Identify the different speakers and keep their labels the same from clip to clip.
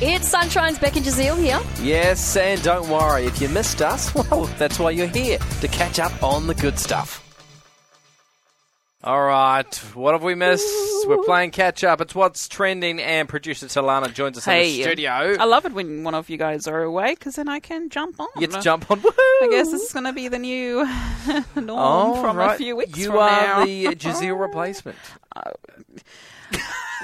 Speaker 1: It's Sunshine's Becky Jazeel here.
Speaker 2: Yes, and don't worry, if you missed us, well, that's why you're here, to catch up on the good stuff. All right, what have we missed? We're playing catch up. It's what's trending, and producer Solana joins us in the studio.
Speaker 3: I love it when one of you guys are away because then I can jump on.
Speaker 2: you get to jump on. Woohoo!
Speaker 3: I guess this is going to be the new norm
Speaker 2: Oh,
Speaker 3: from
Speaker 2: right.
Speaker 3: a few weeks
Speaker 2: You
Speaker 3: from
Speaker 2: are
Speaker 3: now. Uh,
Speaker 2: the uh, Jazeel replacement.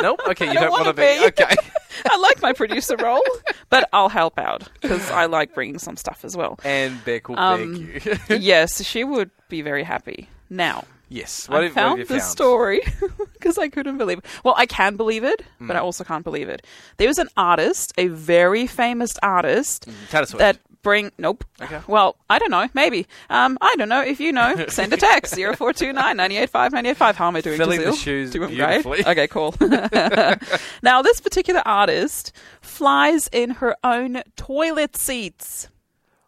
Speaker 2: nope. Okay, you
Speaker 3: don't
Speaker 2: don't,
Speaker 3: wanna
Speaker 2: want to be.
Speaker 3: be.
Speaker 2: Okay.
Speaker 3: I like my producer role, but I'll help out because I like bringing some stuff as well.
Speaker 2: And Beck will
Speaker 3: Um,
Speaker 2: beg you.
Speaker 3: yes, she would be very happy. Now,
Speaker 2: yes. What
Speaker 3: I
Speaker 2: have,
Speaker 3: found
Speaker 2: what have you
Speaker 3: this
Speaker 2: found?
Speaker 3: story because I couldn't believe it. Well, I can believe it,
Speaker 2: Mm.
Speaker 3: but I also can't believe it. There was an artist, a very famous artist,
Speaker 2: Taylor Swift.
Speaker 3: that bring nope. Well, I don't know. Maybe. Um, I don't know. If you know, send a text 0429 985 985. How am I doing?
Speaker 2: Filling the
Speaker 3: Jazeel?
Speaker 2: shoes
Speaker 3: Doing
Speaker 2: beautifully.
Speaker 3: great. Okay, cool. now, this particular artist flies in her own toilet seats.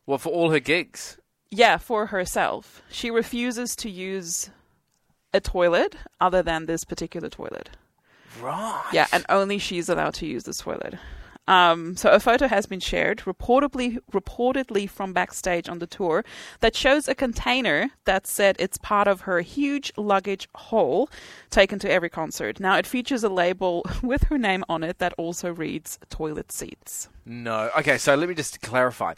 Speaker 2: Well, for all her gigs.
Speaker 3: Yeah, for herself. She refuses to use a toilet other than this particular toilet.
Speaker 2: Right.
Speaker 3: Yeah, and only she's allowed to use this toilet. Um, so a photo has been shared, reportedly reportedly from backstage on the tour, that shows a container that said it's part of her huge luggage haul taken to every concert. Now it features a label with her name on it that also reads toilet seats.
Speaker 2: No. Okay, so let me just clarify.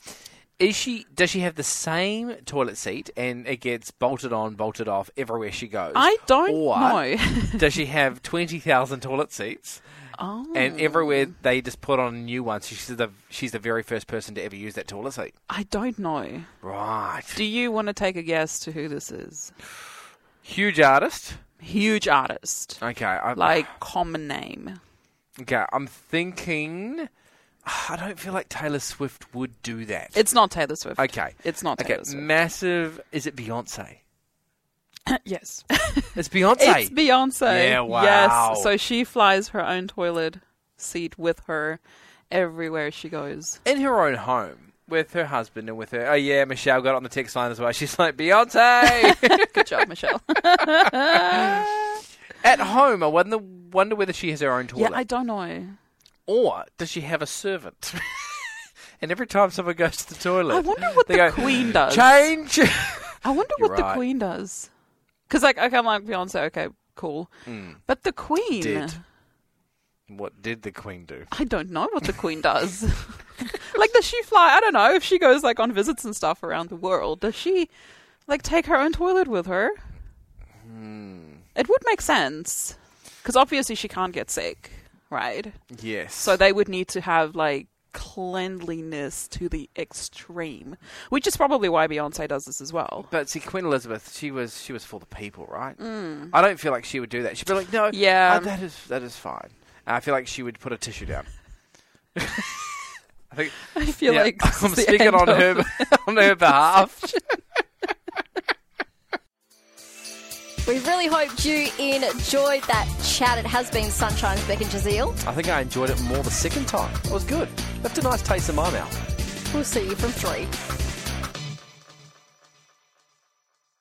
Speaker 2: Is she does she have the same toilet seat and it gets bolted on, bolted off everywhere she goes?
Speaker 3: I don't
Speaker 2: or
Speaker 3: know.
Speaker 2: does she have twenty thousand toilet seats?
Speaker 3: Oh.
Speaker 2: And everywhere they just put on a new one. So she's the she's the very first person to ever use that toilet seat.
Speaker 3: I don't know.
Speaker 2: Right.
Speaker 3: Do you want to take a guess to who this is?
Speaker 2: Huge artist.
Speaker 3: Huge artist.
Speaker 2: Okay. I'm,
Speaker 3: Like common name.
Speaker 2: Okay, I'm thinking I don't feel like Taylor Swift would do that.
Speaker 3: It's not Taylor Swift.
Speaker 2: okay.
Speaker 3: It's not
Speaker 2: okay,
Speaker 3: Taylor Swift.
Speaker 2: massive is it Beyonce?
Speaker 3: yes.
Speaker 2: It's Beyonce.
Speaker 3: It's Beyonce.
Speaker 2: Yeah, wow.
Speaker 3: Yes. So she flies her own toilet seat with her everywhere she goes.
Speaker 2: in her own home with her husband and with her. Oh yeah, Michelle got on the text line as well. She's like Beyonce
Speaker 3: Good job, Michelle.
Speaker 2: at home. I wonder wonder whether she has her own
Speaker 3: yeah,
Speaker 2: toilet
Speaker 3: I don't know.
Speaker 2: or does she have a servant. and every time someone goes to the toilet,
Speaker 3: I wonder what
Speaker 2: they
Speaker 3: the
Speaker 2: go,
Speaker 3: queen does.
Speaker 2: Change.
Speaker 3: I wonder
Speaker 2: You're
Speaker 3: what
Speaker 2: right.
Speaker 3: the queen does. Because like, okay, I'm like Beyonce. Okay, cool. But the queen.
Speaker 2: Hmm. Did. what did the queen do?
Speaker 3: I don't know what the queen does. like, does she fly? I don't know. If she goes like on visits and stuff around the world, does she like take her own toilet with her?
Speaker 2: Hmm.
Speaker 3: It would make sense because obviously she can't get sick, right?
Speaker 2: Yes.
Speaker 3: So they would need to have like cleanliness to the extreme, which is probably why Beyonce does this as well.
Speaker 2: But see, Queen Elizabeth, she was she was for the people, right? I don't feel like she would do that. She'd be like, no,
Speaker 3: Mm. Yeah.
Speaker 2: uh, that is that is fine. I feel like she would put a tissue down. I think
Speaker 3: I feel
Speaker 2: Yeah,
Speaker 3: like this
Speaker 2: I'm
Speaker 3: is the
Speaker 2: speaking
Speaker 3: end
Speaker 2: on
Speaker 3: of-
Speaker 2: her on her behalf.
Speaker 1: We really hoped you enjoyed that chat. It has been Sunshine's Beck and Jazeel.
Speaker 2: I think I enjoyed it more the second time. It was good. Left a nice taste in my mouth.
Speaker 1: We'll see you from three.